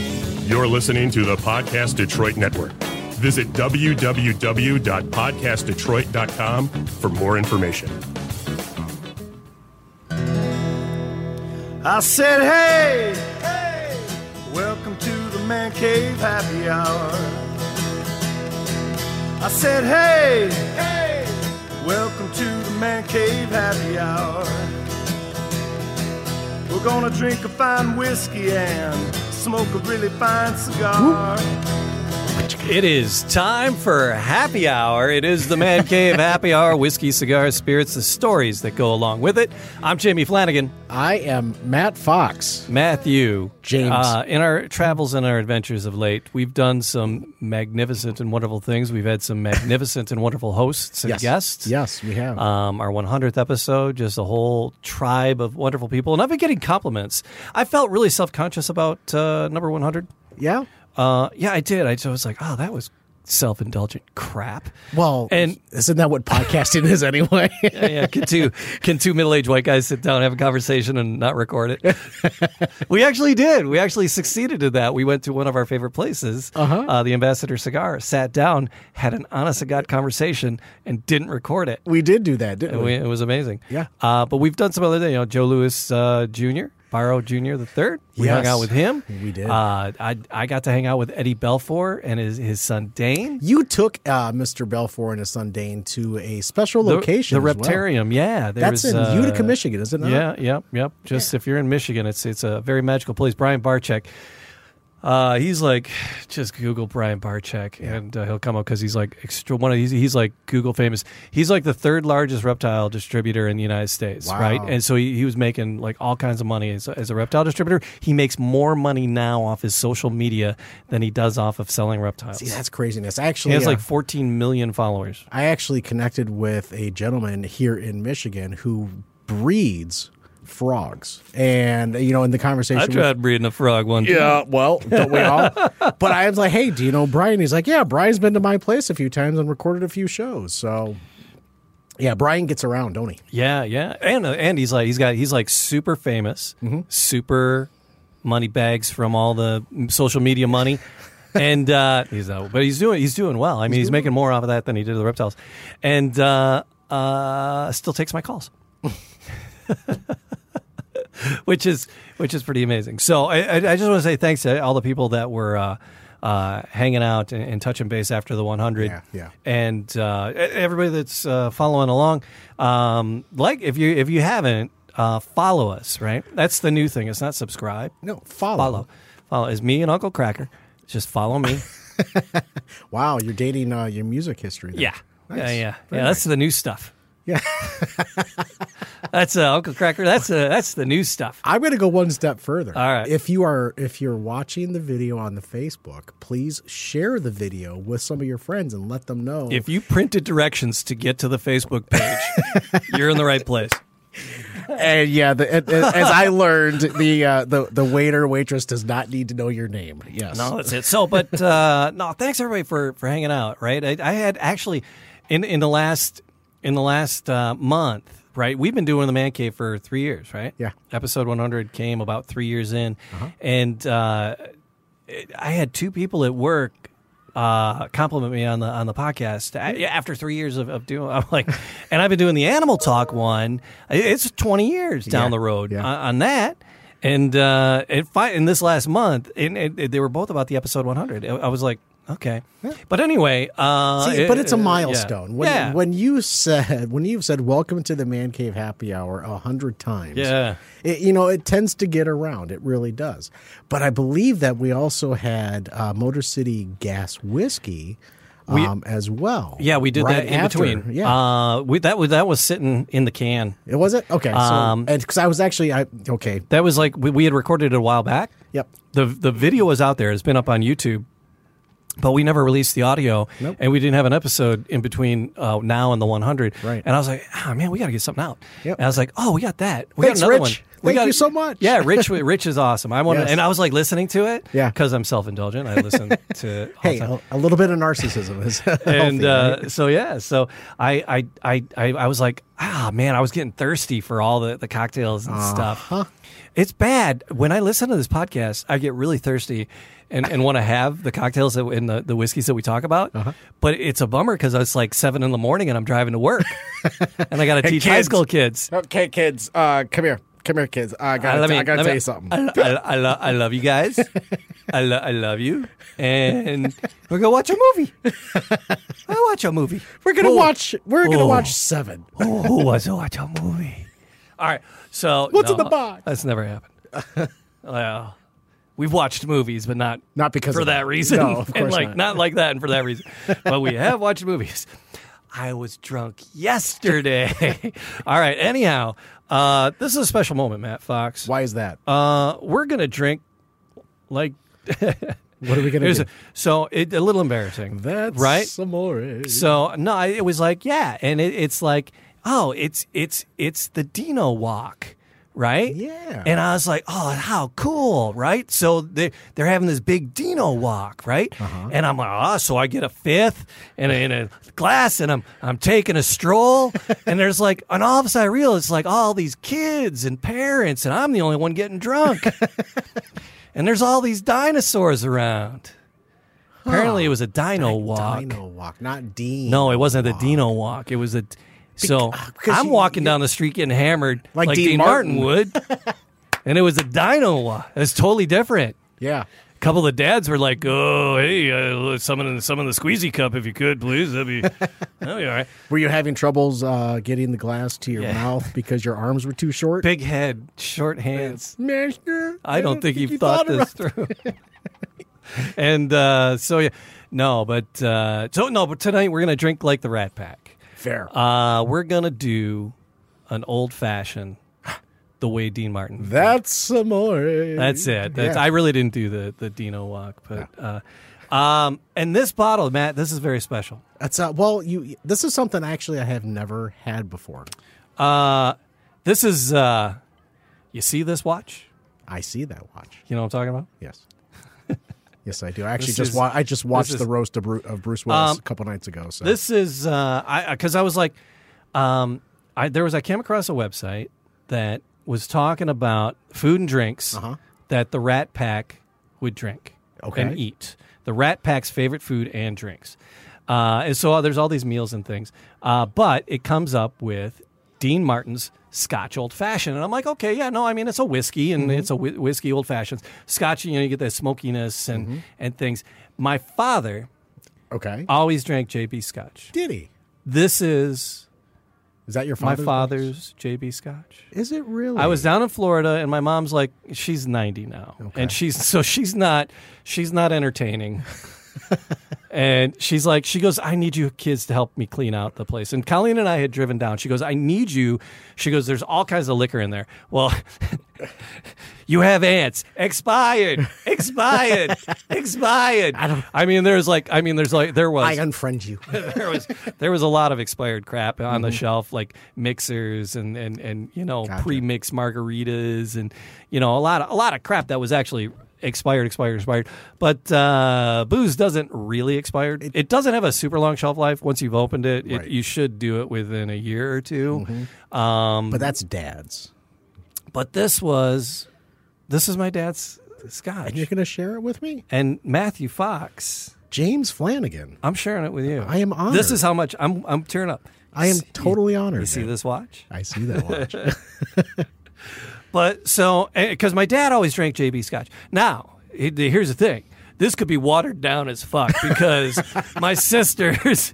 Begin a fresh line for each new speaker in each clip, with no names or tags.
You're listening to the Podcast Detroit Network. Visit www.podcastdetroit.com for more information.
I said, hey, hey, welcome to the Man Cave Happy Hour. I said, hey, hey, welcome to the Man Cave Happy Hour. We're gonna drink a fine whiskey and smoke a really fine cigar.
It is time for happy hour. It is the Man Cave happy hour. Whiskey, cigars, spirits, the stories that go along with it. I'm Jamie Flanagan.
I am Matt Fox.
Matthew
James.
Uh, in our travels and our adventures of late, we've done some magnificent and wonderful things. We've had some magnificent and wonderful hosts and guests.
Yes, we have.
Um, our 100th episode, just a whole tribe of wonderful people, and I've been getting compliments. I felt really self conscious about uh, number 100.
yeah.
Uh, yeah, I did. I just was like, oh, that was self indulgent crap.
Well,
and
isn't that what podcasting is anyway?
yeah, yeah, can two can two middle aged white guys sit down, have a conversation, and not record it? we actually did. We actually succeeded in that. We went to one of our favorite places, uh-huh. the Ambassador Cigar, sat down, had an honest to god conversation, and didn't record it.
we did do that, didn't
And
we?
we, it was amazing.
Yeah.
Uh, but we've done some other things. You know, Joe Lewis uh, Jr., Barrow Jr. the third. We hung
Yes.
out with him.
We did.
Uh, I I got to hang out with Eddie Belfour and his his son Dane.
You took uh, Mr. Belfour and his son Dane to a special
The-
location.
the
as well.
Reptarium. Yeah, there
That's
was,
in
uh,
Utica, Michigan, is it not?
Yeah, yep, yep. Just if you're in Michigan, it's it's a very magical place. Brian Barchek, uh, he's like, just Google Brian Barchek, and uh, he'll come up because he's like extra one of these. He's like Google famous. He's like the third largest reptile distributor in the United States,
Wow.
right? And so he, he was making like all kinds of money as, a- as a reptile distributor. He makes more money now off his social media than he does off of selling reptiles.
See, that's craziness.
he
Actually,
has
uh,
like 14 million followers.
I actually connected with a gentleman here in Michigan who breeds frogs. And, you know, in the conversation,
I
we-
tried breeding a frog one time.
Yeah, well, don't we all? but I was like, hey, do you know Brian? He's like, yeah, Brian's been to my place a few times and recorded a few shows. So, yeah, Brian gets around, don't he?
Yeah, yeah, and uh, and he's like he's got he's like super famous, super money bags from all the social media money, and uh, he's out, but he's doing he's doing well. I mean, he's, making more off of that than he did of the reptiles, and uh, uh, still takes my calls, which is which is pretty amazing. So I, I, I just want to say thanks to all the people that were. Uh, uh, hanging out and, and touching base after the 100
Yeah, yeah.
and uh, e- everybody that's uh, following along, um, like if you if you haven't, uh, follow us. Right, that's the new thing. It's not subscribe.
No, follow.
Follow, follow is me and Uncle Cracker. Just follow me.
Wow, you're dating uh, your music history. there. Nice.
yeah, yeah,
Very
yeah. That's the new stuff.
Yeah.
That's uh, Uncle Cracker. That's uh, that's the new stuff.
I'm going to go one step further.
All right.
If you are if you're watching the video on the Facebook, please share the video with some of your friends and let them know.
If you printed directions to get to the Facebook page, you're in the right place.
and Uh, yeah, the, and- and- as I learned, the uh, the the waiter waitress does not need to know your name. Yes.
No, that's it. So, but uh, no, thanks everybody for for hanging out. Right, I, I had actually in in the last in the last uh, month. Right, we've been doing the man cave for three years. Right,
Yeah. Uh-huh.
Episode one hundred came about three years in, and uh, it, I had two people at work. Uh, compliment me on the on the podcast I, yeah, after three years of, of doing. I'm like, and I've been doing the animal talk one. It- It's twenty years down
Yeah.
the road
Yeah.
on- on that. And uh, and fi- in this last month, and, and they were both about the episode 100. I- I was like, okay, but anyway, uh,
See, but it's a
it- yeah.
milestone. When,
yeah.
when you said when you've said "Welcome to the Man Cave Happy Hour" a hundred times,
Yeah.
it, you know it tends to get around. It really does. But I believe that we also had uh, Motor City Gas Whiskey um, as well.
yeah, we did
right
that in
after.
between.
Yeah,
uh, we, that was that was sitting in the can.
it was it okay. So
um,
because I was actually I okay.
That was like we, we had recorded it a while back.
Yep.
the The video was out there. It's been up on YouTube. But we never released the audio,
Nope.
and we didn't have an episode in between uh, now and the 100.
Right.
And I was like, "Ah, man, we got to get something out."
Yep.
And I was like, "Oh, we got that. We
Thanks,
got another
Rich.
one.
Thank
gotta-
you so much.
Yeah, Rich. Rich is awesome. I want
Yes.
to, and I was like listening to it.
Yeah.
because I'm self indulgent. I listen to. All the
Hey,
time.
a, a little bit of narcissism is
and
healthy,
uh,
right?
so yeah, so I I, I I I was like, ah man, I was getting thirsty for all the the cocktails and stuff. It's bad when I listen to this podcast. I get really thirsty and, and want to have the cocktails that, and the, the whiskeys that we talk about. But it's a bummer because it's like seven in the morning and I'm driving to work, and I got to teach high
kids.
school kids.
Okay, kids, uh, come here. Come here, kids. I gotta,
Uh, let me-
I gotta
let
tell
me-
you something.
I, I, I, lo- I love you guys. I, lo- I love you. And we're going to watch a movie. I'll watch a movie.
we're gonna
Oh.
watch. We're
Oh.
gonna watch seven.
oh, who wants to watch a movie? All right. So
What's in the box?
That's never happened. well, we've watched movies, but not
Not because
for
of
that
that.
reason.
No, of
and
course
like
not.
like that, and for that reason. but we have watched movies. I was drunk yesterday. All right. Anyhow, uh, this is a special moment, Matt Fox.
Why is that?
Uh, we're gonna drink like
what are we gonna
here's
do?
a- so it, a little embarrassing.
That's
right.
Some more.
So no, I, it was like yeah, and it, it's like oh, it's it's it's the Dino Walk, right?
Yeah.
And I was like, oh, how cool, right? So they they're having this big Dino Walk, right? And I'm like, oh, so I get a fifth and a, and a glass, and I'm I'm taking a stroll, and there's like, and all of a sudden I realize it's like all these kids and parents, and I'm the only one getting drunk, and there's all these dinosaurs around. Apparently, it was a Dino Walk.
Dino walk, not Dean.
No, it wasn't the Dino walk. It was a. So
ah, 'cause
I'm
you-
walking
you-
down the street getting hammered
Like
Dean,
Dean
Martin, would, and it was a Dino walk. It's totally different.
Yeah.
A couple of the dads were like, "Oh, hey, uh, someone in some in the squeezy cup, if you could, please. That'd be, that'd be all right."
Were you having troubles uh, getting the glass to your
Yeah.
mouth because your arms were too short?
Big head, short hands.
Master,
I don't think you've
you
thought,
about
this through. and uh, so yeah, no, but uh, so no, but tonight we're gonna drink like the Rat Pack.
Fair.
Uh, we're gonna do an old fashioned, the way Dean Martin.
That's some more.
That's it. That's,
Yeah.
I really didn't do the the Dino walk, but uh, um, and this bottle, Matt, this is very special.
That's uh, well, you. This is something actually I have never had before.
Uh, this is uh, you see this watch?
I see that watch.
You know what I'm talking about?
Yes. yes, I do. I actually
This
just
is-
wa- I just watched
this
the
is-
roast of Bruce, of Bruce Willis
Um,
a couple nights ago. So
This is uh, I because I was like, um, I there was I came across a website that was talking about food and drinks that the Rat Pack would drink
Okay.
and eat. The Rat Pack's favorite food and drinks. Uh, and so there's all these meals and things, uh, but it comes up with Dean Martin's Scotch Old Fashioned, and I'm like, okay, yeah, no, I mean it's a whiskey and it's a whi- whiskey Old Fashioned. Scotch, you know, you get that smokiness and and things. My father
okay,
always drank JB Scotch.
did he?
This is
Is that your
my
father's?
father's JB Scotch.
Is it really?
I was down in Florida, and my mom's like, she's ninety now, and she's so she's not she's not entertaining. and she's like, she goes, I need you kids to help me clean out the place. And Colleen and I had driven down. She goes, I need you. She goes, there's all kinds of liquor in there. Well, you have ants. Expired. Expired. Expired. I, don't, I mean, there's like, I mean, there's like, there was
I unfriend you.
there was there was a lot of expired crap on
Mm-hmm.
the shelf, like mixers and and and you know pre-mixed margaritas and you know a lot of, a lot of crap that was actually expired, expired, expired. But uh, booze doesn't really expire. It, doesn't have a super long shelf life. Once you've opened it, it
Right. Mm-hmm.
you should do it within a year or 2 Um,
but that's dad's.
but this was this is my dad's scotch
You're going to share it with me,
and Matthew Fox.
James Flanagan.
I'm sharing it with you.
I am honored.
This is how much I'm. I'm tearing up.
I am
See-
totally honored.
You see
man.
this watch?
I see that watch.
But so, because my dad always drank JB Scotch. Now, he- here's the thing. This could be watered down as fuck because my sisters.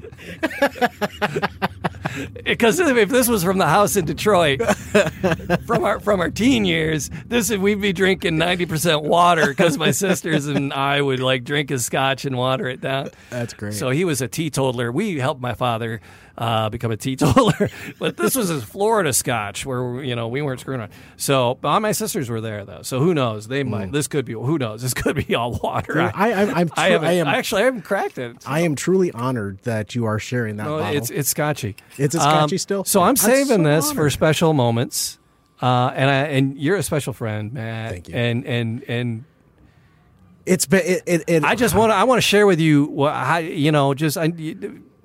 Because if this was from the house in Detroit, from our from our teen years, this we'd be drinking ninety percent water because my sisters and I would like drink his scotch and water it down.
That's great.
So he was a teetotaler. We helped my father uh, become a teetotaler, but this was his Florida scotch where you know we weren't screwing on. So all my sisters were there though. So who knows? They might. This could be. Who knows? This could be all water.
Mm. I, I, I'm. Tr-
I
I,
haven't,
am. I,
actually I haven't cracked it.
am truly honored that you are sharing that
No,
bottle.
it's it's scotchy. Um,
It's a scotchy still?
So I'm
I'm
saving
so
this for
honored.
special moments. Uh, and I and you're a special friend, Matt.
Thank you.
And and and
It's been it. it, it
I just want to I want to share with you what I, you know just I,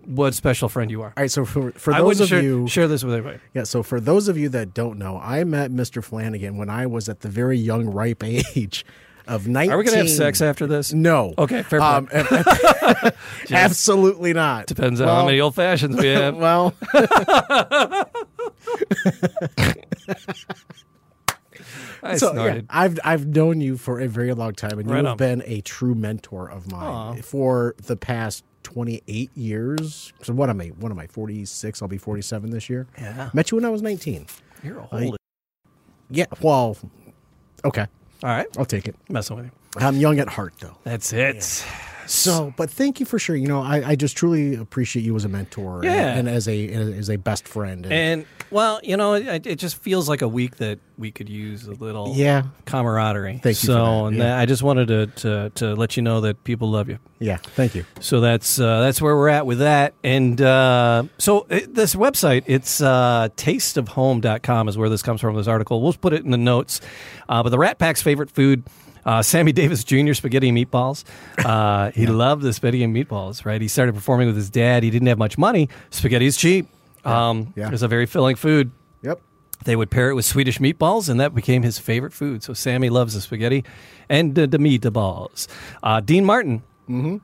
what special friend you are.
All right, so for for
I
those
wouldn't
of
share,
you,
share this with everybody.
yeah. So for those of you that don't know, I met Mr. Flanagan when I was at the very young, ripe age of nineteen.
Are we gonna have sex after this?
No.
Okay, fair
Um, absolutely not.
Depends on how many old fashions we have.
Well,
I
so, yeah,
snorted.
I've I've known you for a very long time, and
Right
you've
on.
been a true mentor of mine for the past twenty eight years. So what am I? What am I? Forty six. I'll be forty seven this year.
Yeah.
Met you when I was nineteen.
You're old.
Yeah. Well, okay.
All right,
I'll take it.
messing with you.
I'm young at heart, though.
That's it.
So, but thank you for sure. You know, I, I just truly appreciate you as a mentor
Yeah.
and, and as a and as a best friend. And,
And well, you know, it, it just feels like a week that we could use a little
Yeah.
camaraderie.
Thank you
So,
for that,
and
yeah.
I just wanted to, to to let you know that people love you.
yeah, thank you.
So that's uh, that's where we're at with that. And uh, so it, this website, it's uh, tasteofhome.com is where this comes from, this article. We'll put it in the notes. Uh, but the Rat Pack's favorite food, uh, Sammy Davis Jr. spaghetti and meatballs. Uh, he loved the spaghetti and meatballs, right? He started performing with his dad. He didn't have much money. Spaghetti is cheap. Um,
Yeah.
It's a very filling food.
Yep.
They would pair it with Swedish meatballs, and that became his favorite food. So Sammy loves the spaghetti and the, the meatballs. Uh, Dean Martin,
Mm-hmm.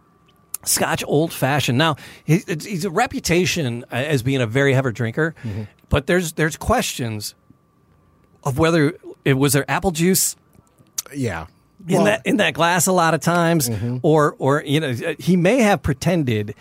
Scotch old fashioned. Now he- it's- he's a reputation uh, as being a very heavy drinker,
Mm-hmm.
but there's there's questions of whether it was there apple juice in
Yeah. Well, Mm-hmm.
that in that glass a lot of times, or or you know uh, he may have pretended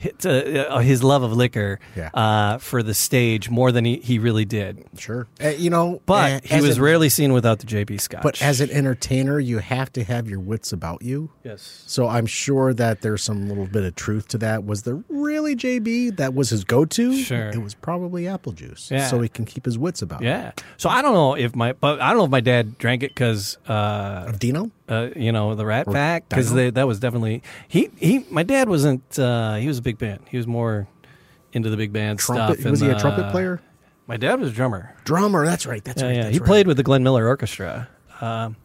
hi- to, uh, his love of liquor
Yeah.
uh, for the stage more than he, he really did.
sure. Uh, you know,
But
uh,
Eh, he
as
was
an-
rarely seen without the JB Scotch.
But as an entertainer, you have to have your wits about you.
yes,
So I'm sure that there's some little bit of truth to that. Was there really JB that was his go-to?
Sure.
It was probably apple juice,
Yeah.
so he can keep his wits about.
yeah. So I don't know if my, but I don't know if my dad drank it because. Uh,
Him. Dino.
uh, you know, the Rat Pack because that was definitely he he. My dad wasn't. Uh, he was a big band. He was more into the big band
Trumpet.
stuff.
was
and,
he a trumpet
uh,
player?
My dad was a drummer.
Drummer. That's right. That's
Yeah,
right.
yeah.
That's
He
right.
played with the Glenn Miller Orchestra. Um,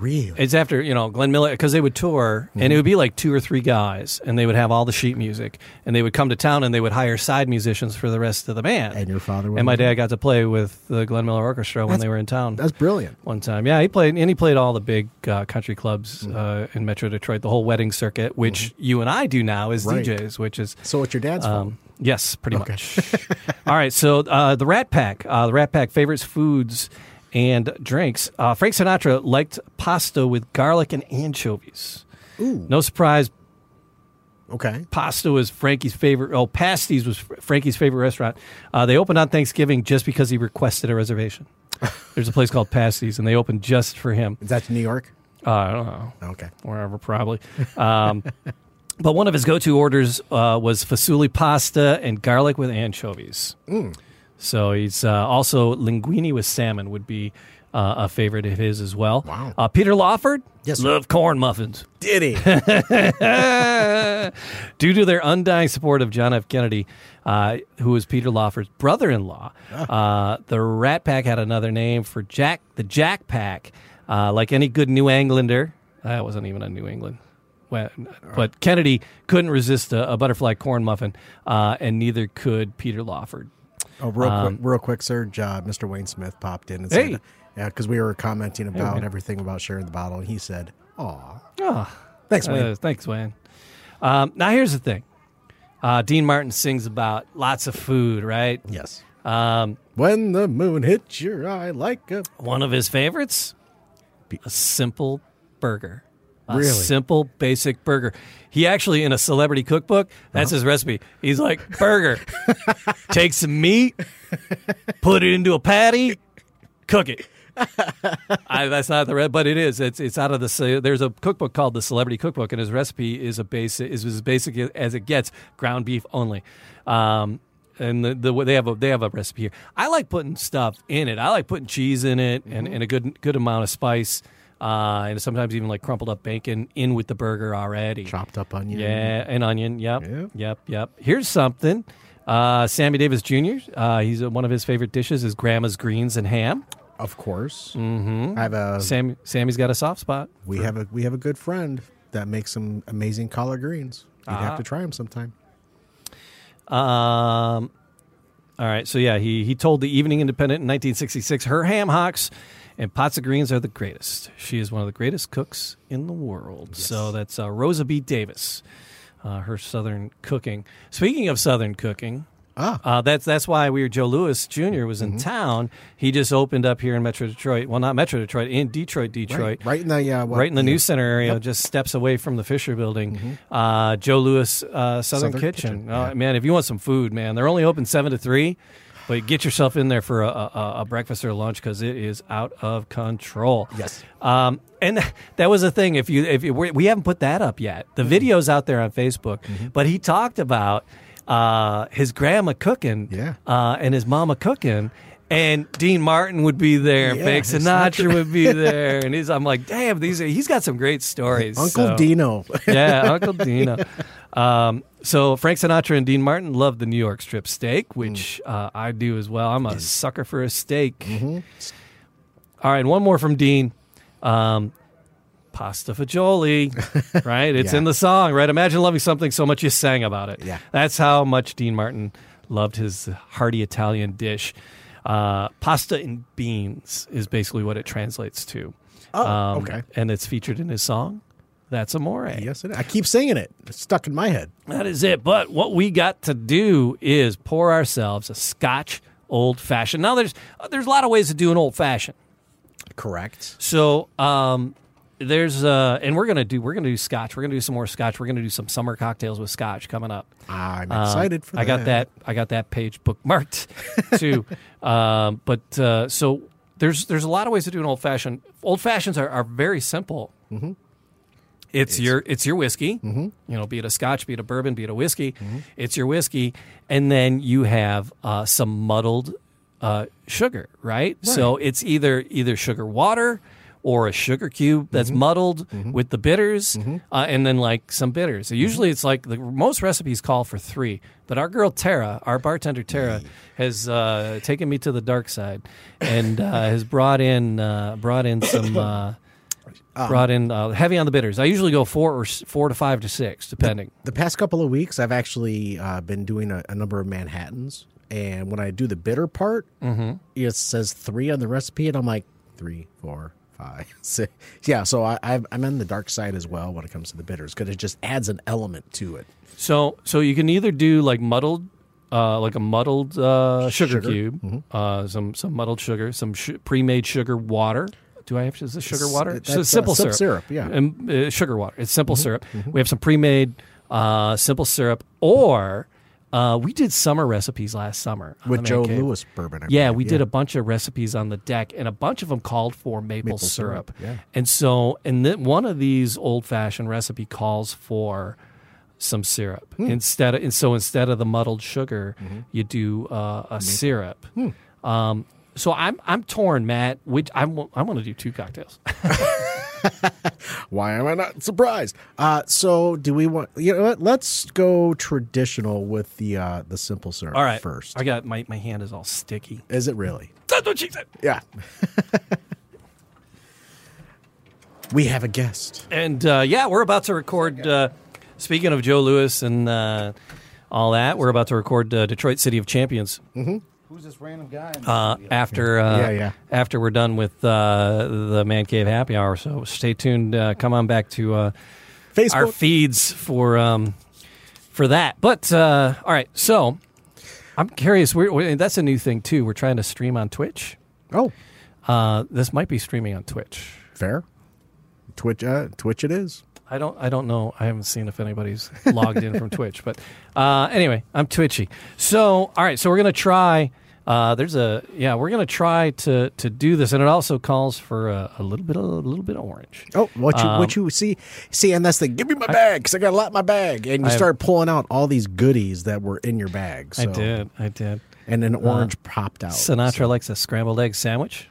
Really?
it's after you know Glenn Miller because they would tour and
Mm-hmm.
it would be like two or three guys and they would have all the sheet music and they would come to town and they would hire side musicians for the rest of the band.
And your father was
and my
one?
dad got to play with the Glenn Miller Orchestra when
That's-
they were in town.
That's brilliant.
one time. Yeah, he played and he played all the big uh, country clubs
Mm.
uh, in Metro Detroit, the whole wedding circuit, which you and I do now as
Mm-hmm. Right.
DJs, which is
So it's your dad's fault.
um, yes, pretty much. all right, so uh, the Rat Pack, uh, the Rat Pack favorites foods and drinks. Uh, Frank Sinatra liked pasta with garlic and anchovies.
Ooh.
No surprise,
Okay.
pasta was Frankie's favorite. Oh, Pasties was Fr- Frankie's favorite restaurant. Uh, they opened on Thanksgiving just because he requested a reservation. There's a place called Pasties, and they opened just for him.
Is that New York?
Uh, I don't know,
Okay.
wherever probably. Um, but one of his go-to orders uh, was fasuli pasta and garlic with anchovies.
Mm.
So he's uh, also linguine with salmon would be uh, a favorite of his as well.
Wow.
Uh, Peter Lawford,
Yes, sir.
love corn muffins.
Did he?
Due to their undying support of John F. Kennedy, uh, who was Peter Lawford's brother in law, uh, the Rat Pack had another name for Jack, the Jack Pack. Uh, like any good New Englander, I wasn't even a New England. Well, But Kennedy couldn't resist a, a butterfly corn muffin, uh, and neither could Peter Lawford.
oh, real, quick, real quick, sir. Uh, Mr. Wayne Smith popped in and
Um, Hey.
said, "Yeah, because we were commenting about everything about sharing the bottle." And he said, "Aw,
Ah,
thanks, Wayne."
Uh, thanks, Wayne. Um, now, here's the thing uh, Dean Martin sings about lots of food, right?
yes.
Um,
When the moon hits your eye like a
One of his favorites? A simple burger. A
Really?
simple, basic burger. He actually, in a celebrity cookbook, that's his recipe. He's like, burger. Take some meat, put it into a patty, cook it. I, that's not the red, but it is. It's it's out of the. ce- There's a cookbook called the Celebrity Cookbook, and his recipe is a basic is as basic as it gets. Ground beef only, um, and the, the they have a they have a recipe here. I like putting stuff in it. I like putting cheese in it and, and a good good amount of spice, uh, and sometimes even like crumpled up bacon in with the burger already.
chopped up onion.
Yeah, an onion. Yep.
Yeah.
Yep. Yep. Here's something. Uh, Sammy Davis Jr. Uh, he's uh, one of his favorite dishes is grandma's greens and ham.
of course.
Mm-hmm.
I have a
Sam, Sammy's got a soft spot.
we have a we have a good friend that makes some amazing collard greens. You'd
Uh-huh.
have to try them sometime.
Um, all right, so yeah, he he told the Evening Independent in 1966, her ham hocks and pots of greens are the greatest. She is one of the greatest cooks in the world. So that's uh, Rosa B. Davis, uh, her Southern cooking. Speaking of Southern cooking.
Ah. Mm-hmm.
Uh, that's that's why we were Joe Lewis Jr. was in town. He just opened up here in Metro Detroit. Well, not Metro Detroit, in Detroit, Detroit
Right in the uh, what-
right in the news center area, just steps away from the Fisher Building. Uh, Joe Lewis uh, Southern,
Mm-hmm. Southern
Kitchen.
Kitchen,
Oh,
yeah.
Man, if you want some food, man, they're only open seven to three, but get yourself in there for a, a, a breakfast or lunch because it is out of control.
Yes.
Um, and that was the thing. If you if you, we we haven't put that up yet,
Mm-hmm.
the video's out there on Facebook. But he talked about uh, his grandma cooking,
Yeah.
uh, and his mama cooking. And Dean Martin would be there,
Yeah,
Frank
his
Sinatra would be there, and he's. I'm like, damn, these. Are, he's got some great stories.
Uncle
so-
Dino.
yeah, Uncle Dino. Um, so Frank Sinatra and Dean Martin loved the New York strip
Mm.
steak, which uh, I do as well. I'm a sucker for a steak.
Mm-hmm.
All right, one more from Dean. Um, pasta fagioli, right? It's
Yeah.
in the song, right? Imagine loving something so much you sang about it.
Yeah.
That's how much Dean Martin loved his hearty Italian dish. Uh, pasta and beans is basically what it translates to. Um,
Oh, okay.
And it's featured in his song, That's Amore.
yes, it is. I keep singing it. It's stuck in my head.
That is it. But what we got to do is pour ourselves a Scotch old fashioned. Now, there's, there's a lot of ways to do an old fashioned.
Correct.
So um, there's uh, and we're gonna do we're gonna do scotch. We're gonna do some more scotch. We're gonna do some summer cocktails with scotch coming up.
I'm
Um,
excited for that.
I got that. I got that page bookmarked too. um, but uh, so there's there's a lot of ways to do an old fashioned. Old fashions are, are very simple. It's, Mm-hmm. your it's your whiskey. You know, be it a scotch, be it a bourbon, be it a whiskey. It's your whiskey, and then you have uh, some muddled uh, sugar, right? So it's either either sugar water or a sugar cube that's muddled with the bitters, uh, and then like some bitters. So usually, it's like the most recipes call for three, but our girl Tara, our bartender Tara, has uh, taken me to the dark side and uh, has brought in uh, brought in some. Uh, brought in uh, heavy on the bitters. I usually go four or s- four to five to six, depending.
The past couple of weeks, I've actually uh, been doing a, a number of Manhattans, and when I do the bitter part,
Mm-hmm.
it says three on the recipe, and I'm like three, four, five, six. Yeah, so I, I've, I'm on the dark side as well when it comes to the bitters because it just adds an element to it.
So so you can either do like muddled, uh, like a muddled uh, sugar, cube, uh, some some muddled sugar, some sh- pre-made sugar water. Do I have is this sugar water?
that's,
So
uh,
simple
simple
syrup. Mm-hmm.
syrup, yeah.
And, uh, sugar water. It's simple syrup. We have some pre-made uh, simple syrup, or uh, we did summer recipes last summer on
With
the Man
Joe
Cave.
Lewis bourbon. I
Yeah,
believe,
we did a bunch of recipes on the deck, and a bunch of them called for maple, syrup.
syrup, yeah.
And so, and then one of these old fashioned recipe calls for some syrup instead. Of, and so, instead of the muddled sugar, you do uh, a syrup. Um, so I'm I'm torn, Matt. Which I'm I want to do two cocktails.
Why am I not surprised? Uh, so do we want? You know what? Let's go traditional with the uh, the simple syrup.
All right,
first.
I got my my hand is all sticky.
Is it really?
That's what she said.
Yeah. we have a guest.
And uh, yeah, we're about to record. Uh, speaking of Joe Lewis and uh, all that, we're about to record uh, Detroit City of Champions
Who's this random guy? in the
uh,
studio?
after uh,
Yeah, yeah.
after we're done with uh, the Man Cave Happy Hour. So stay tuned. Uh, come on back to uh,
Facebook.
our feeds for um, for that. But uh, all right, so I'm curious. We're, we that's a new thing too. We're trying to stream on Twitch.
oh,
Uh, this might be streaming on Twitch.
fair. Twitch. Uh, Twitch. It is.
I don't. I don't know. I haven't seen if anybody's logged in from Twitch. But uh, anyway, I'm twitchy. So all right. So we're gonna try. Uh, there's a yeah. We're gonna try to to do this, and it also calls for a, a little bit of, a little bit of orange.
Oh, what you what
Um,
you see see, and that's the give me my bag because I got a lot in my bag, and you start pulling out all these goodies that were in your bag. So.
I did. I did.
and an orange popped out.
Sinatra likes a scrambled egg sandwich.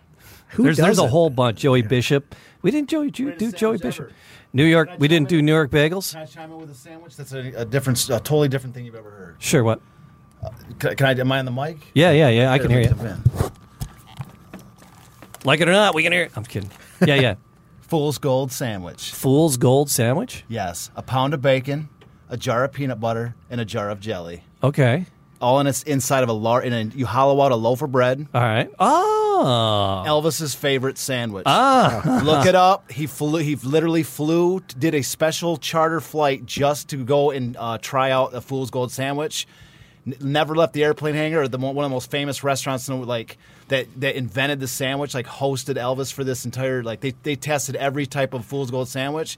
Who
there's there's a
doesn't?
whole bunch. Joey Bishop. We didn't Joey do, do
Greatest
Joey
sandwich
Bishop.
ever.
New York.
Can I
We didn't
chime
do
in?
New York bagels.
Can I chime in with a sandwich? That's a, a different, a totally different thing you've ever heard.
Sure. What?
Can, can I? Am I on the mic?
Yeah. Yeah. Yeah. I can hear you.
Jump in.
Like it or not, we can hear it. I'm kidding. Yeah, yeah.
Fool's gold sandwich.
Fool's gold sandwich.
Yes, a pound of bacon, a jar of peanut butter, and a jar of jelly.
Okay.
All in its inside of a large. In a, you hollow out a loaf of bread.
All right. Oh.
Elvis's favorite sandwich. Ah, look it up. He flew. He literally flew. Did a special charter flight just to go and uh, try out a fool's gold sandwich. N- never left the airplane hangar. Or the mo- one of the most famous restaurants, in, the- like that, that invented the sandwich. Like hosted Elvis for this entire. Like they they tested every type of fool's gold sandwich.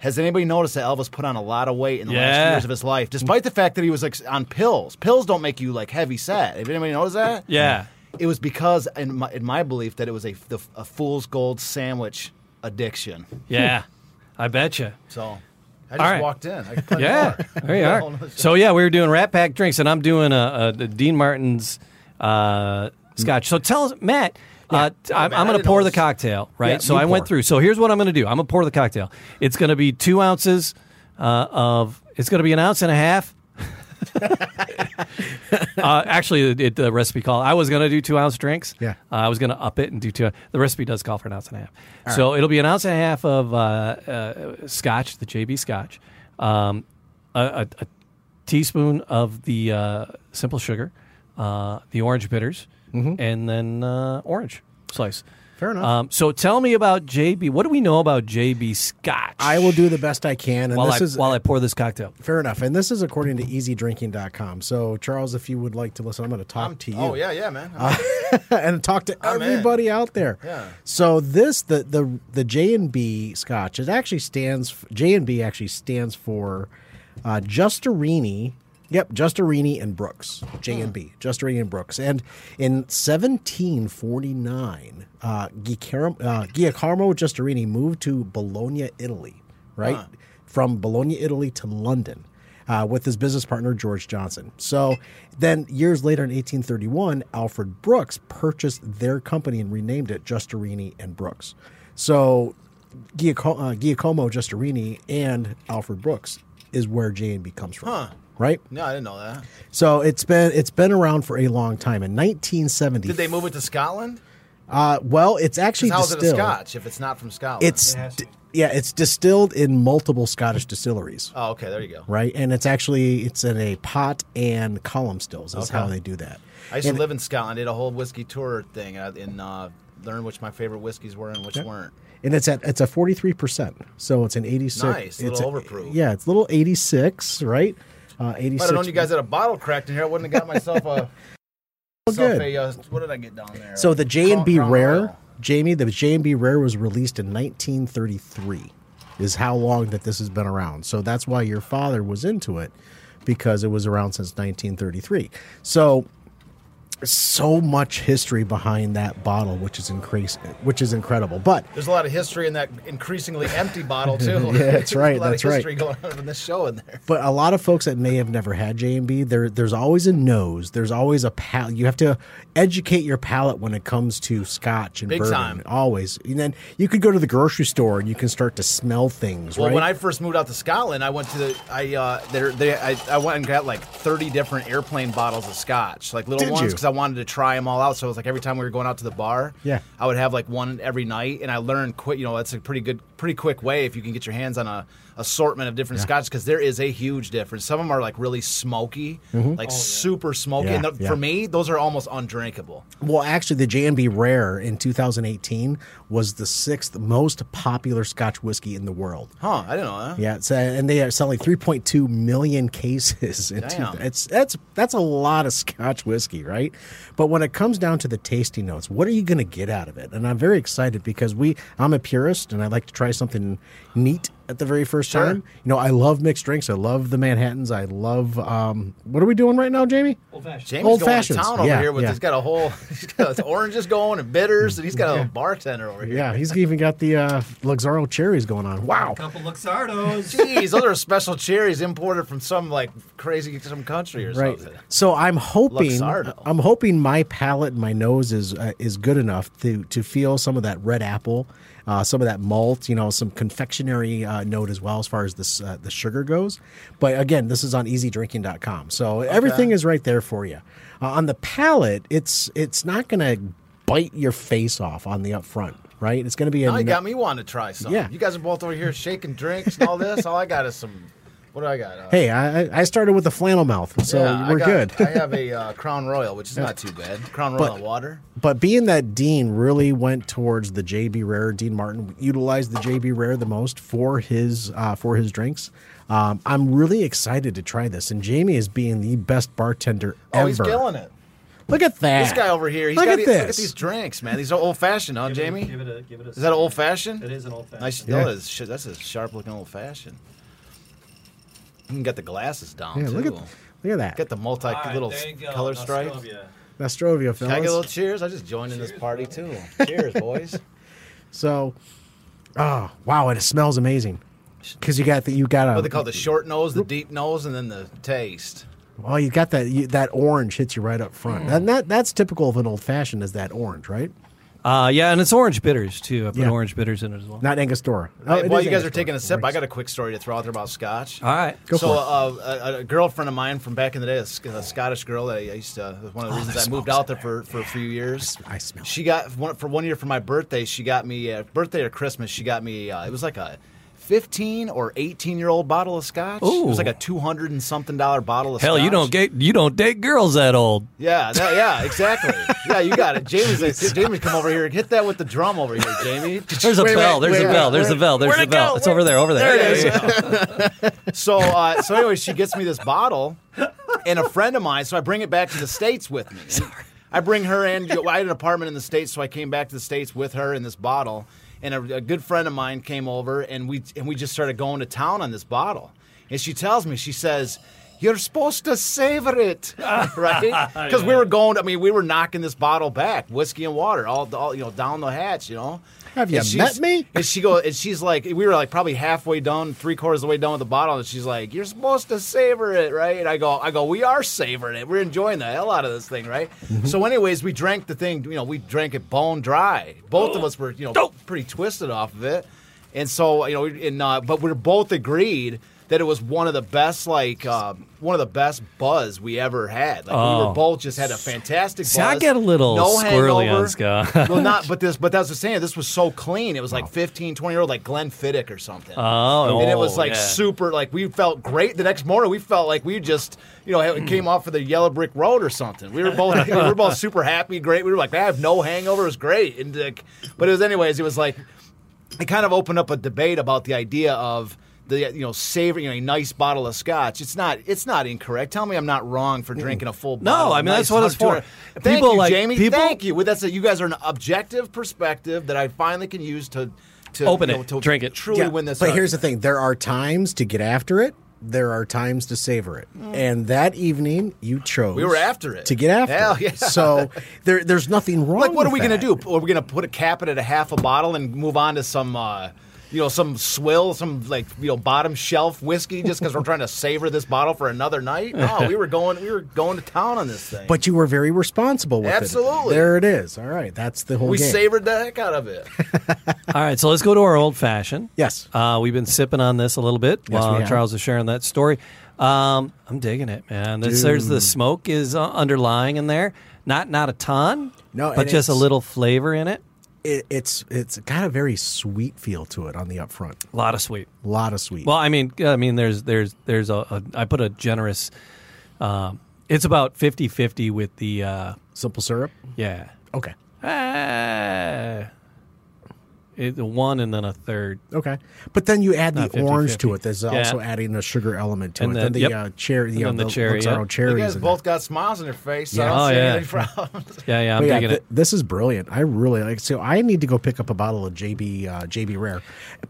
Has anybody noticed that Elvis put on a lot of weight in the last
Yeah.
years of his life, despite the fact that he was like on pills? Pills don't make you like heavy set. Have anybody noticed that?
Yeah.
It was because, in my, in my belief, that it was a, the, a fool's gold sandwich addiction.
Yeah. I betcha.
So I just
right.
walked in. I could play
Yeah,
more.
there you
Oh, no,
are.
it's-
So yeah, we were doing Rat Pack drinks, and I'm doing a, a, a Dean Martin's uh, scotch. So tell us, Matt. Uh, t- I'm, I'm
Matt, I
going to
didn't
pour
know
the
this.
cocktail, right?
Yeah,
so
you
I went
pour.
through. So here's what I'm going to do. I'm going to pour the cocktail. It's going to be two ounces uh, of. It's going to be an ounce and a half. uh, actually, it, the recipe call. I was going to do two ounce drinks.
Yeah.
Uh, I was going to up it and do two. The recipe does call for an ounce and a half. So it'll be an ounce and a half of uh, uh, scotch, the JB scotch, um, a, a, a teaspoon of the uh, simple sugar, uh, the orange bitters, and then uh, orange slice.
Mm-hmm. Fair enough.
Um, so tell me about JB. What do we know about JB scotch?
I will do the best I can. And
while,
this
I,
is
while I pour this cocktail.
fair enough. And this is according to easydrinking.com. So, Charles, if you would like to listen, I'm going to talk to you. Uh,
Oh, yeah, yeah, man.
and talk to
I'm in.
everybody out there.
Yeah.
So this the the the J and B Scotch. It actually stands J and B actually stands for uh, Justerini. Yep, Justerini and Brooks. J and
Hmm.
B, Justerini and Brooks. And in 1749, uh, Guillermo, uh, Giacomo Justerini moved to Bologna, Italy. Right from Bologna, Italy to London uh, with his business partner George Johnson. So then, years later in 1831, Alfred Brooks purchased their company and renamed it Justerini and Brooks. So Giacomo, uh, Giacomo Justerini and Alfred Brooks is where J and B comes from,
Huh.
right?
no, I didn't know that.
So it's been it's been around for a long time. In 1970,
Did they move it to Scotland?
uh, well, it's actually
How's it a
distilled.
scotch if it's not from Scotland?
It's di- yeah, it's distilled in multiple Scottish distilleries.
Oh, okay, there you go.
right? And it's actually it's in a pot and column stills. Is how
Okay.
they do that.
I used to
And-
live in Scotland, did a whole whiskey tour thing, and, I, and uh, learned which my favorite whiskeys were and which weren't.
And it's at it's a forty three percent, so it's an eighty six.
Nice, little
it's
overproof.
Yeah, it's a little eighty six, right? Uh, eighty
If I'd have
six.
known you guys had a bottle cracked in here, I wouldn't have got myself a. myself
good.
a, uh, what did I get down there?
So the J and B
Crown- Crown
Rare,
Royal.
Jamie, the J and B Rare was released in 1933. Is how long that this has been around. So that's why your father was into it because it was around since 1933. So so much history behind that bottle, which is increase, which is incredible. But
There's a lot of history in that increasingly empty bottle too.
Yeah, that's right,
a lot
that's
of
right.
history going on in this show in there.
but a lot of folks that may have never had J&B, there there's always a nose. There's always a palate. You have to educate your palate when it comes to scotch and
Big
bourbon.
time.
Always. And then you could go to the grocery store and you can start to smell things,
Well,
right?
when I first moved out to Scotland, I went to the I uh, there they I, I went and got like 30 different airplane bottles of scotch, like little
Did
ones,
you?
because I wanted to try them all out. So it was like every time we were going out to the bar,
Yeah.
I would have like one every night, and I learned quick. You know, that's a pretty good, pretty quick way if you can get your hands on a assortment of different scotch, because there is a huge difference. Some of them are like really smoky, like super smoky.
Mm-hmm. Yeah,
and th-
yeah.
For me, those are almost undrinkable.
Well, actually, the J&B Rare in 2018 was the sixth most popular Scotch whiskey in the world.
Huh? I didn't know that.
Yeah, it's, uh, and they are selling 3.2 million cases. In
Damn.
two, it's that's that's a lot of Scotch whiskey, right? But when it comes down to the tasty notes, what are you going to get out of it? And I'm very excited because we I'm a purist and I like to try something neat at the very first
Sure.
time. You know, I love mixed drinks. I love the Manhattans. I love um, what are we doing right now, Jamie?
Jamie's
Old
going
fashions.
to town over
Yeah,
here with
yeah.
he's got a whole he's got his oranges going and bitters and he's got a bartender over here.
Yeah, he's even got the uh, Luxardo cherries going on. Wow.
couple Luxardos.
Jeez, those are special cherries imported from some like crazy some country or
Right.
something.
So I'm hoping
Luxardo.
I'm hoping my palate and my nose is uh, is good enough to to feel some of that red apple, uh, some of that malt, you know, some confectionery uh, note as well as far as this uh, the sugar goes. But again, this is on easydrinking.com. So everything is right there for you. Uh, on the palate, it's it's not going to bite your face off on the up front, right? It's going to be a
Now you
no-
got me wanting to try some.
uh, Yeah.
You guys are both over here shaking drinks and all this. all I got is some. What do I got? Uh,
Hey, I, I- I started with a flannel mouth, so
yeah, I
we're
got-
good.
I have a uh, Crown Royal, which is not too bad. Crown Royal
But-
and water.
But being that Dean really went towards the JB Rare, Dean Martin utilized the JB Rare the most for his uh, for his drinks. Um, I'm really excited to try this, and Jamie is being the best bartender
Oh,
ever.
he's killing it.
Look at that!
This guy over here, he's
look at
got the-
this.
look at these drinks, man. These are old fashioned, huh, Jamie?
a, give it a,
is that an old fashioned?
It is an old-fashioned.
Nice.
Yeah.
Oh, that's, shit, that's a sharp looking old fashioned. You can get the glasses down
yeah,
too.
look at look at that.
Get the multi little color stripes.
Nostrovia
Can I get a little
fellas.
cheers? I just joined in this party too. cheers, boys.
So, oh wow, and it smells amazing. Because you got the you got a
What they call the short nose, the deep nose, and then the taste.
Oh, you got that you, that orange hits you right up front,
Hmm.
and that that's typical of an old fashioned is that orange, right?
Uh, yeah, and it's orange bitters too. I put
Yeah.
orange bitters in it as well.
Not Angostura. Oh,
Hey,
it
while
is
you guys
Angostura.
are taking a sip, I
Orange.
got a quick story to throw out there about Scotch.
All right.
Go
so
for it.
uh, a, a girlfriend of mine from back in the day, a, Sc- a Scottish girl that I used to, one
Oh,
of the reasons I moved out there for, for a few years.
I smell
She got one for one year for my birthday. She got me uh, birthday or Christmas. She got me. Uh, it was like a. 15 or 18 year old bottle of scotch. It was
Ooh.
like a 200 and something dollar bottle of
Hell,
scotch.
you don't get you don't date girls that old.
Yeah, that, yeah, exactly. yeah, you got it. Jamie's like, Jamie, come over here and hit that with the drum over here, Jamie.
There's a
Wait,
bell.
wait,
there's a
wait,
bell. There's a
where'd-
bell. There's
where'd
a
it
bell.
go?
It's over there. Over there.
There it is. so, uh, so anyway, she gets me this bottle, and a friend of mine. So I bring it back to the states with me. I bring her in. I had an apartment in the states, so I came back to the states with her in this bottle. And a, a good friend of mine came over, and we and we just started going to town on this bottle. And she tells me, she says. You're supposed to savor it, right? Because we were going. I mean, we were knocking this bottle back, whiskey and water, all, all you know, down the hatch. You know,
Have you
and
met
she's-
me?
And she go, and she's like, we were like probably halfway done, three quarters of the way done with the bottle, and she's like, "You're supposed to savor it, right?" And I go, I go, we are savoring it. We're enjoying the hell out of this thing, right?
Mm-hmm.
So, anyways, we drank the thing. You know, we drank it bone dry. Both of us were, you know, pretty twisted off of it, and so you know, and uh, but we are both agreed. That it was one of the best, like um, one of the best buzz we ever had. Like we
Oh.
were both just had a fantastic.
See, I
buzz.
get a little
no
squirrely
hangover.
on Scott.
well, not but this, but that's what I'm saying. This was so clean. It was like 15, 20 year old, like Glenn Fiddick or something.
Oh,
and it was like
yeah.
super. Like we felt great the next morning. We felt like we just, you know, had- came off of the yellow brick road or something. We were both, we were both super happy, great. We were like, I have no hangover. It was great. And like, but it was anyways. It was like it kind of opened up a debate about the idea of the you know savoring you know, a nice bottle of scotch. It's not it's not incorrect. Tell me I'm not wrong for drinking a full bottle.
Mm. I mean, that's what it's for.
Thank
People
you,
like-
Jamie.
people-
Thank you. Well, That's a, you guys are an objective perspective that I finally can use to to
Open
you know,
it.
to
Drink it.
Truly
Yeah,
win this.
But here's
argument.
the thing: there are times to get after it. There are times to savor it. And that evening, you chose
We were after it.
to get after.
Hell,
it.
yeah.
So there, there's nothing wrong.
Like, what are
with
we going to
that.
do? Are we going to put a cap it at a half a bottle and move on to some, uh, you know, some swill, some like you know bottom shelf whiskey just because we're trying to savor this bottle for another night? No, we were going, we were going to town on this thing.
But you were very responsible with it.
Absolutely.
There it is. All right, that's the whole
we
game.
savored the heck out of it.
All right, so let's go to our old fashioned.
Yes.
Uh, we've been sipping on this a little bit while
we have.
Charles is sharing that story. Um, I'm digging it, man. This, there's the smoke is uh, underlying in there. Not not a ton,
No,
but
and
just a
it's-
little flavor in it.
It, it's it's got a very sweet feel to it on the up front.
A lot of sweet.
A lot of sweet.
Well, I mean, I mean, there's there's there's a, a I put a generous. Um, it's about 50-50 with the uh,
Simple syrup.
yeah.
Okay.
Ah, it, the one and then a third.
Okay, but then you add
Not
the
50,
orange
50.
to it. That's
Uh, Yeah.
also adding a sugar element to
And
it.
the-
then the
yep.
uh, cherry,
And
you know,
then
the,
the cherry,
Luxardo
yeah.
you
cherries.
guys
in
both got smiles on your face. So
Yeah.
I
Oh,
don't see
yeah.
any problems.
Yeah, yeah, I'm
But yeah,
digging
th-
it.
this is brilliant. I really like. So I need to go pick up a bottle of JB uh, JB Rare.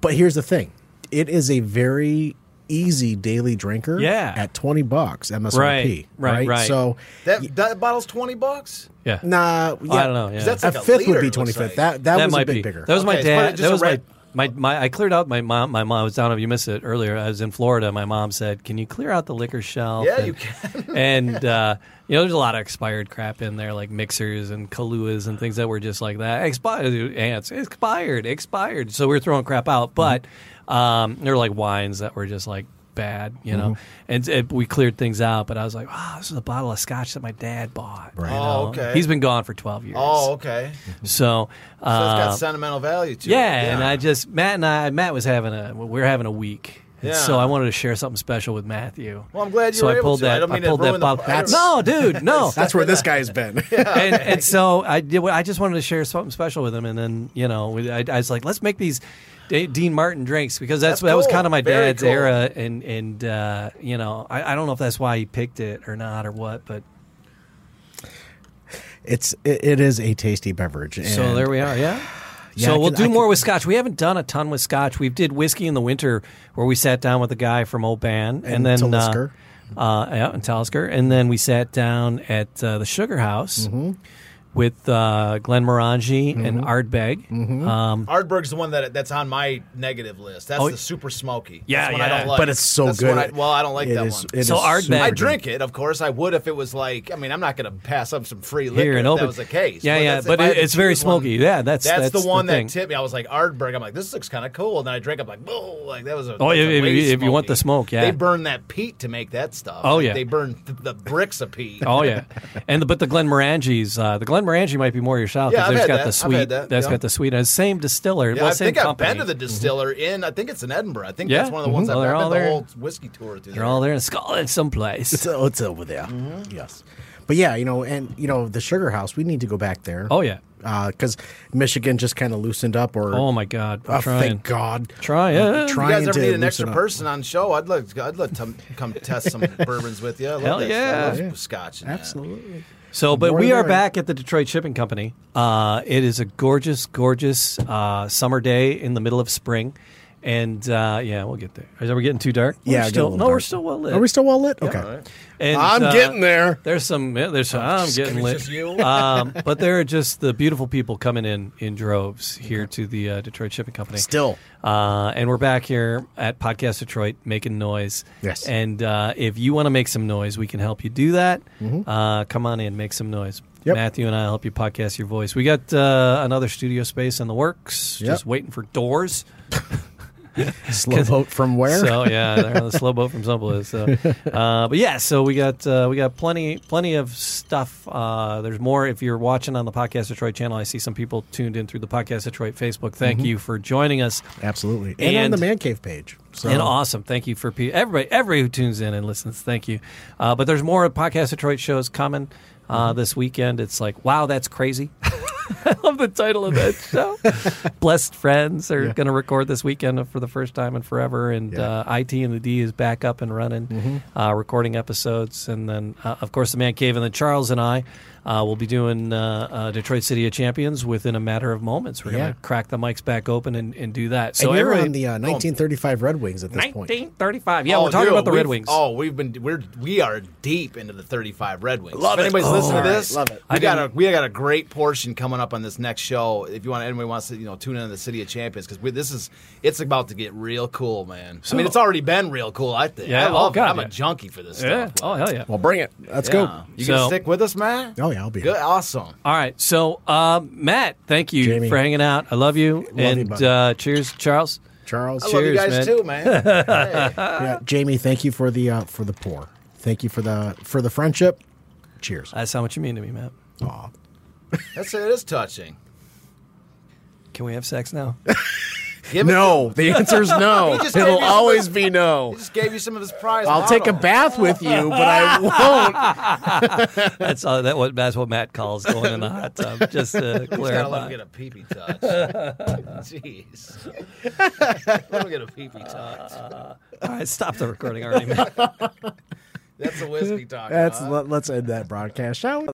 But here's the thing: it is a very easy daily drinker.
Yeah.
at twenty bucks MSRP.
Right, right, right.
So
That, that bottle's twenty bucks.
Yeah.
nah, yeah,
I don't know. Yeah.
That's
a
like a
fifth
liter,
would be
it looks
twenty fifth.
like.
That that, was
might
a bit
be.
bigger.
That was my
Okay, it's
dad.
just
That
a
was
red-
my, my my. I cleared out my mom. My mom I was down. If you missed it earlier, I was in Florida. My mom said, "Can you clear out the liquor shelf?"
Yeah,
and,
you can.
and uh, you know, there's a lot of expired crap in there, like mixers and Kahlúas and things that were just like that. Expired ants.
Mm-hmm.
Expired. Expired. So we were throwing crap out, but um, there were like wines that were just like bad, you know.
Mm-hmm.
And, and we cleared things out, but I was like, wow, this is a bottle of scotch that my dad bought. Right.
Oh, okay.
He's been gone for 12 years.
Oh, okay.
So,
So it's
uh,
got sentimental value to it.
yeah, and I just Matt and I Matt was having a we are having a week. And
Yeah.
So I wanted to share something special with Matthew.
Well, I'm glad you
so
were
I
able
pulled
to.
That,
I don't mean to
pulled
ruin
that
the-
bottle.
that's-
no, dude, no.
That's where this guy's been.
and, and so I did. what- I just wanted to share something special with him, and then you know, we- I, I was like, let's make these D- Dean Martin drinks because that's,
That's
that was
cool.
kind of my
Very
dad's
cool.
era, and and uh, you know, I, I don't know if that's why he picked it or not or what, but
it's it, it is a tasty beverage.
so
and
there we are. Yeah.
Yeah,
so
I
we'll
can-
do
I
more
can-
with scotch. We haven't done a ton with scotch. We did whiskey in the winter, where we sat down with a guy from Old Band, and,
And
then uh,
Talisker.
uh, yeah, and Talisker, and then we sat down at uh, the Sugar House
Mm-hmm.
with uh, Glenn Morangi and Ardbeg.
Mm-hmm.
Um,
Ardberg's the one that that's on my negative list. That's
Oh,
the super smoky.
yeah,
That's one
yeah.
I don't like.
but it's so
That's
good.
one I- well, I don't like
It
that
is-
one.
it
So
is
Ardbeg-
super
I
good.
drink it, of course. I would if it was like. I mean, I'm not going to pass up some free liquor
here
if
and open.
that was the case.
Yeah, yeah,
that's- if
but
I had
it,
to
it's very
choose one-
smoky. yeah, that's
That's, the one
thing.
that tipped me. I was like Ardberg. I'm like, this looks kind of cool. And then I drank. I'm like, whoa, like that was a.
Oh,
that's
if-
a
if
way
you- if you want
smoky.
the smoke, yeah.
They burn that peat to make that stuff.
Oh,
Like,
yeah.
they burn th- the bricks of peat.
Oh yeah, and the, but the Glen Morangi's, uh, the Glen Morangi might be more your style because
Yeah, I've
there's
had
got
that.
the
I've
sweet,
had that,
has
yeah.
got the sweet, and same distiller,
Yeah,
well,
I
same
think
company. Mm-hmm.
I've been to the distiller in. I think it's in Edinburgh. I think
Yeah.
that's one of the ones
Mhm. Well, they're
I've,
all
I've been
there.
the whole whiskey tour to.
They're all there in Scotland someplace.
It's, oh, it's over there.
Mm-hmm.
Yes. But yeah, you know, and you know, the Sugar House. We need to go back there.
Oh yeah.
because Michigan just kind of loosened up. Or
Oh my God. We're
Oh,
trying.
thank God.
Try
Uh,
it.
You guys
trying
ever
to
need an
loosen
extra
up.
person on show? I'd love, I'd love to come test some bourbons with you. I love
Hell
that.
yeah.
I love scotch. And that.
Absolutely.
So, but
More
we
than
are
I-
back at the Detroit Shipping Company. Uh, it is a gorgeous, gorgeous uh, summer day in the middle of spring, and uh, yeah, we'll get there. Are we getting too dark? We're
Yeah, I get a
still,
little
no, we're
dark.
still well lit.
Are we still well lit? Okay.
And,
I'm
uh,
getting there.
There's some. yeah, There's some. I'm getting lit.
just you.
Um, but there are just the beautiful people coming in in droves here to the uh, Detroit Shipping Company.
Still.
uh, and we're back here at Podcast Detroit making noise.
Yes.
and uh, if you want to make some noise, we can help you do that. Uh, come on in, make some noise.
Mm-hmm. Yep.
Matthew and I will help you podcast your voice. We got uh, another studio space in the works, just waiting for doors.
Slow vote from where?
So yeah, they're on the slow boat from someplace. So, uh, but yeah, so we got uh, we got plenty plenty of stuff. Uh, there's more if you're watching on the Podcast Detroit channel. I see some people tuned in through the Podcast Detroit Facebook. Thank you for joining us.
Absolutely. And, on
And-
the man cave page. So
And awesome. Thank you for pe- everybody, everybody who tunes in and listens. Thank you. Uh, but there's more Podcast Detroit shows coming uh,
Mm-hmm.
this weekend. It's like, wow, that's crazy. I love the title of that show. Blessed Friends are going to record this weekend for the first time in forever. And uh, IT and the D is back up and running,
Mm-hmm.
uh, recording episodes. And then, uh, of course, the Man Cave and then Charles and I uh, will be doing uh, uh, Detroit City of Champions within a matter of moments. We're
Yeah.
going to crack the mics back open and, and do that. So
so you're
everybody-
on the uh, 1935 Red Wings at this point.
1935. Yeah,
Oh,
we're talking
dude,
about the Red
we've-
Wings.
Oh, we've been we're we are deep into the 35 Red Wings.
Love
if
it.
anybody's
Oh,
listening to
all right.
this,
Love it.
we
I
got a
didn't-
we got a great portion coming up on this next show. If you want anybody wants to you know tune into the City of Champions because this is it's about to get real cool, man. I mean, it's already been real cool. I think.
Yeah,
I love
oh, God,
it. I'm
yeah.
a junkie for this
yeah.
stuff.
Oh, hell yeah.
Well, bring it. Let's
Yeah. You
So-
gonna stick with us, man?
go. Oh, yeah, I'll be
Good,
here.
awesome.
All right. So, um, Matt, thank you
Jamie.
for hanging out. I love you. and
you, buddy.
uh, cheers, Charles.
Charles.
I love you
Cheers,
guys
man.
too, man. Hey.
Yeah, Jamie, thank you for the uh, for the pour. Thank you for the for the friendship. Cheers.
Uh,
That's how much you mean to me, Matt.
Aw.
That's it. Is touching.
Can we have sex now?
Give it-
No, the answer's no.
just gave
It'll
you some-
always be no.
Just gave you some of his prize.
I'll take a
bottle.
bath with you, but I won't.
that's uh, that what that's what Matt calls going in the hot tub. Just to
Just gotta let him
clarify.
get a pee pee touch. Jeez. let him get a pee pee touch.
All right, stop the recording already, Matt.
That's a whiskey talk.
That's
huh?
let, let's end that broadcast, shall we?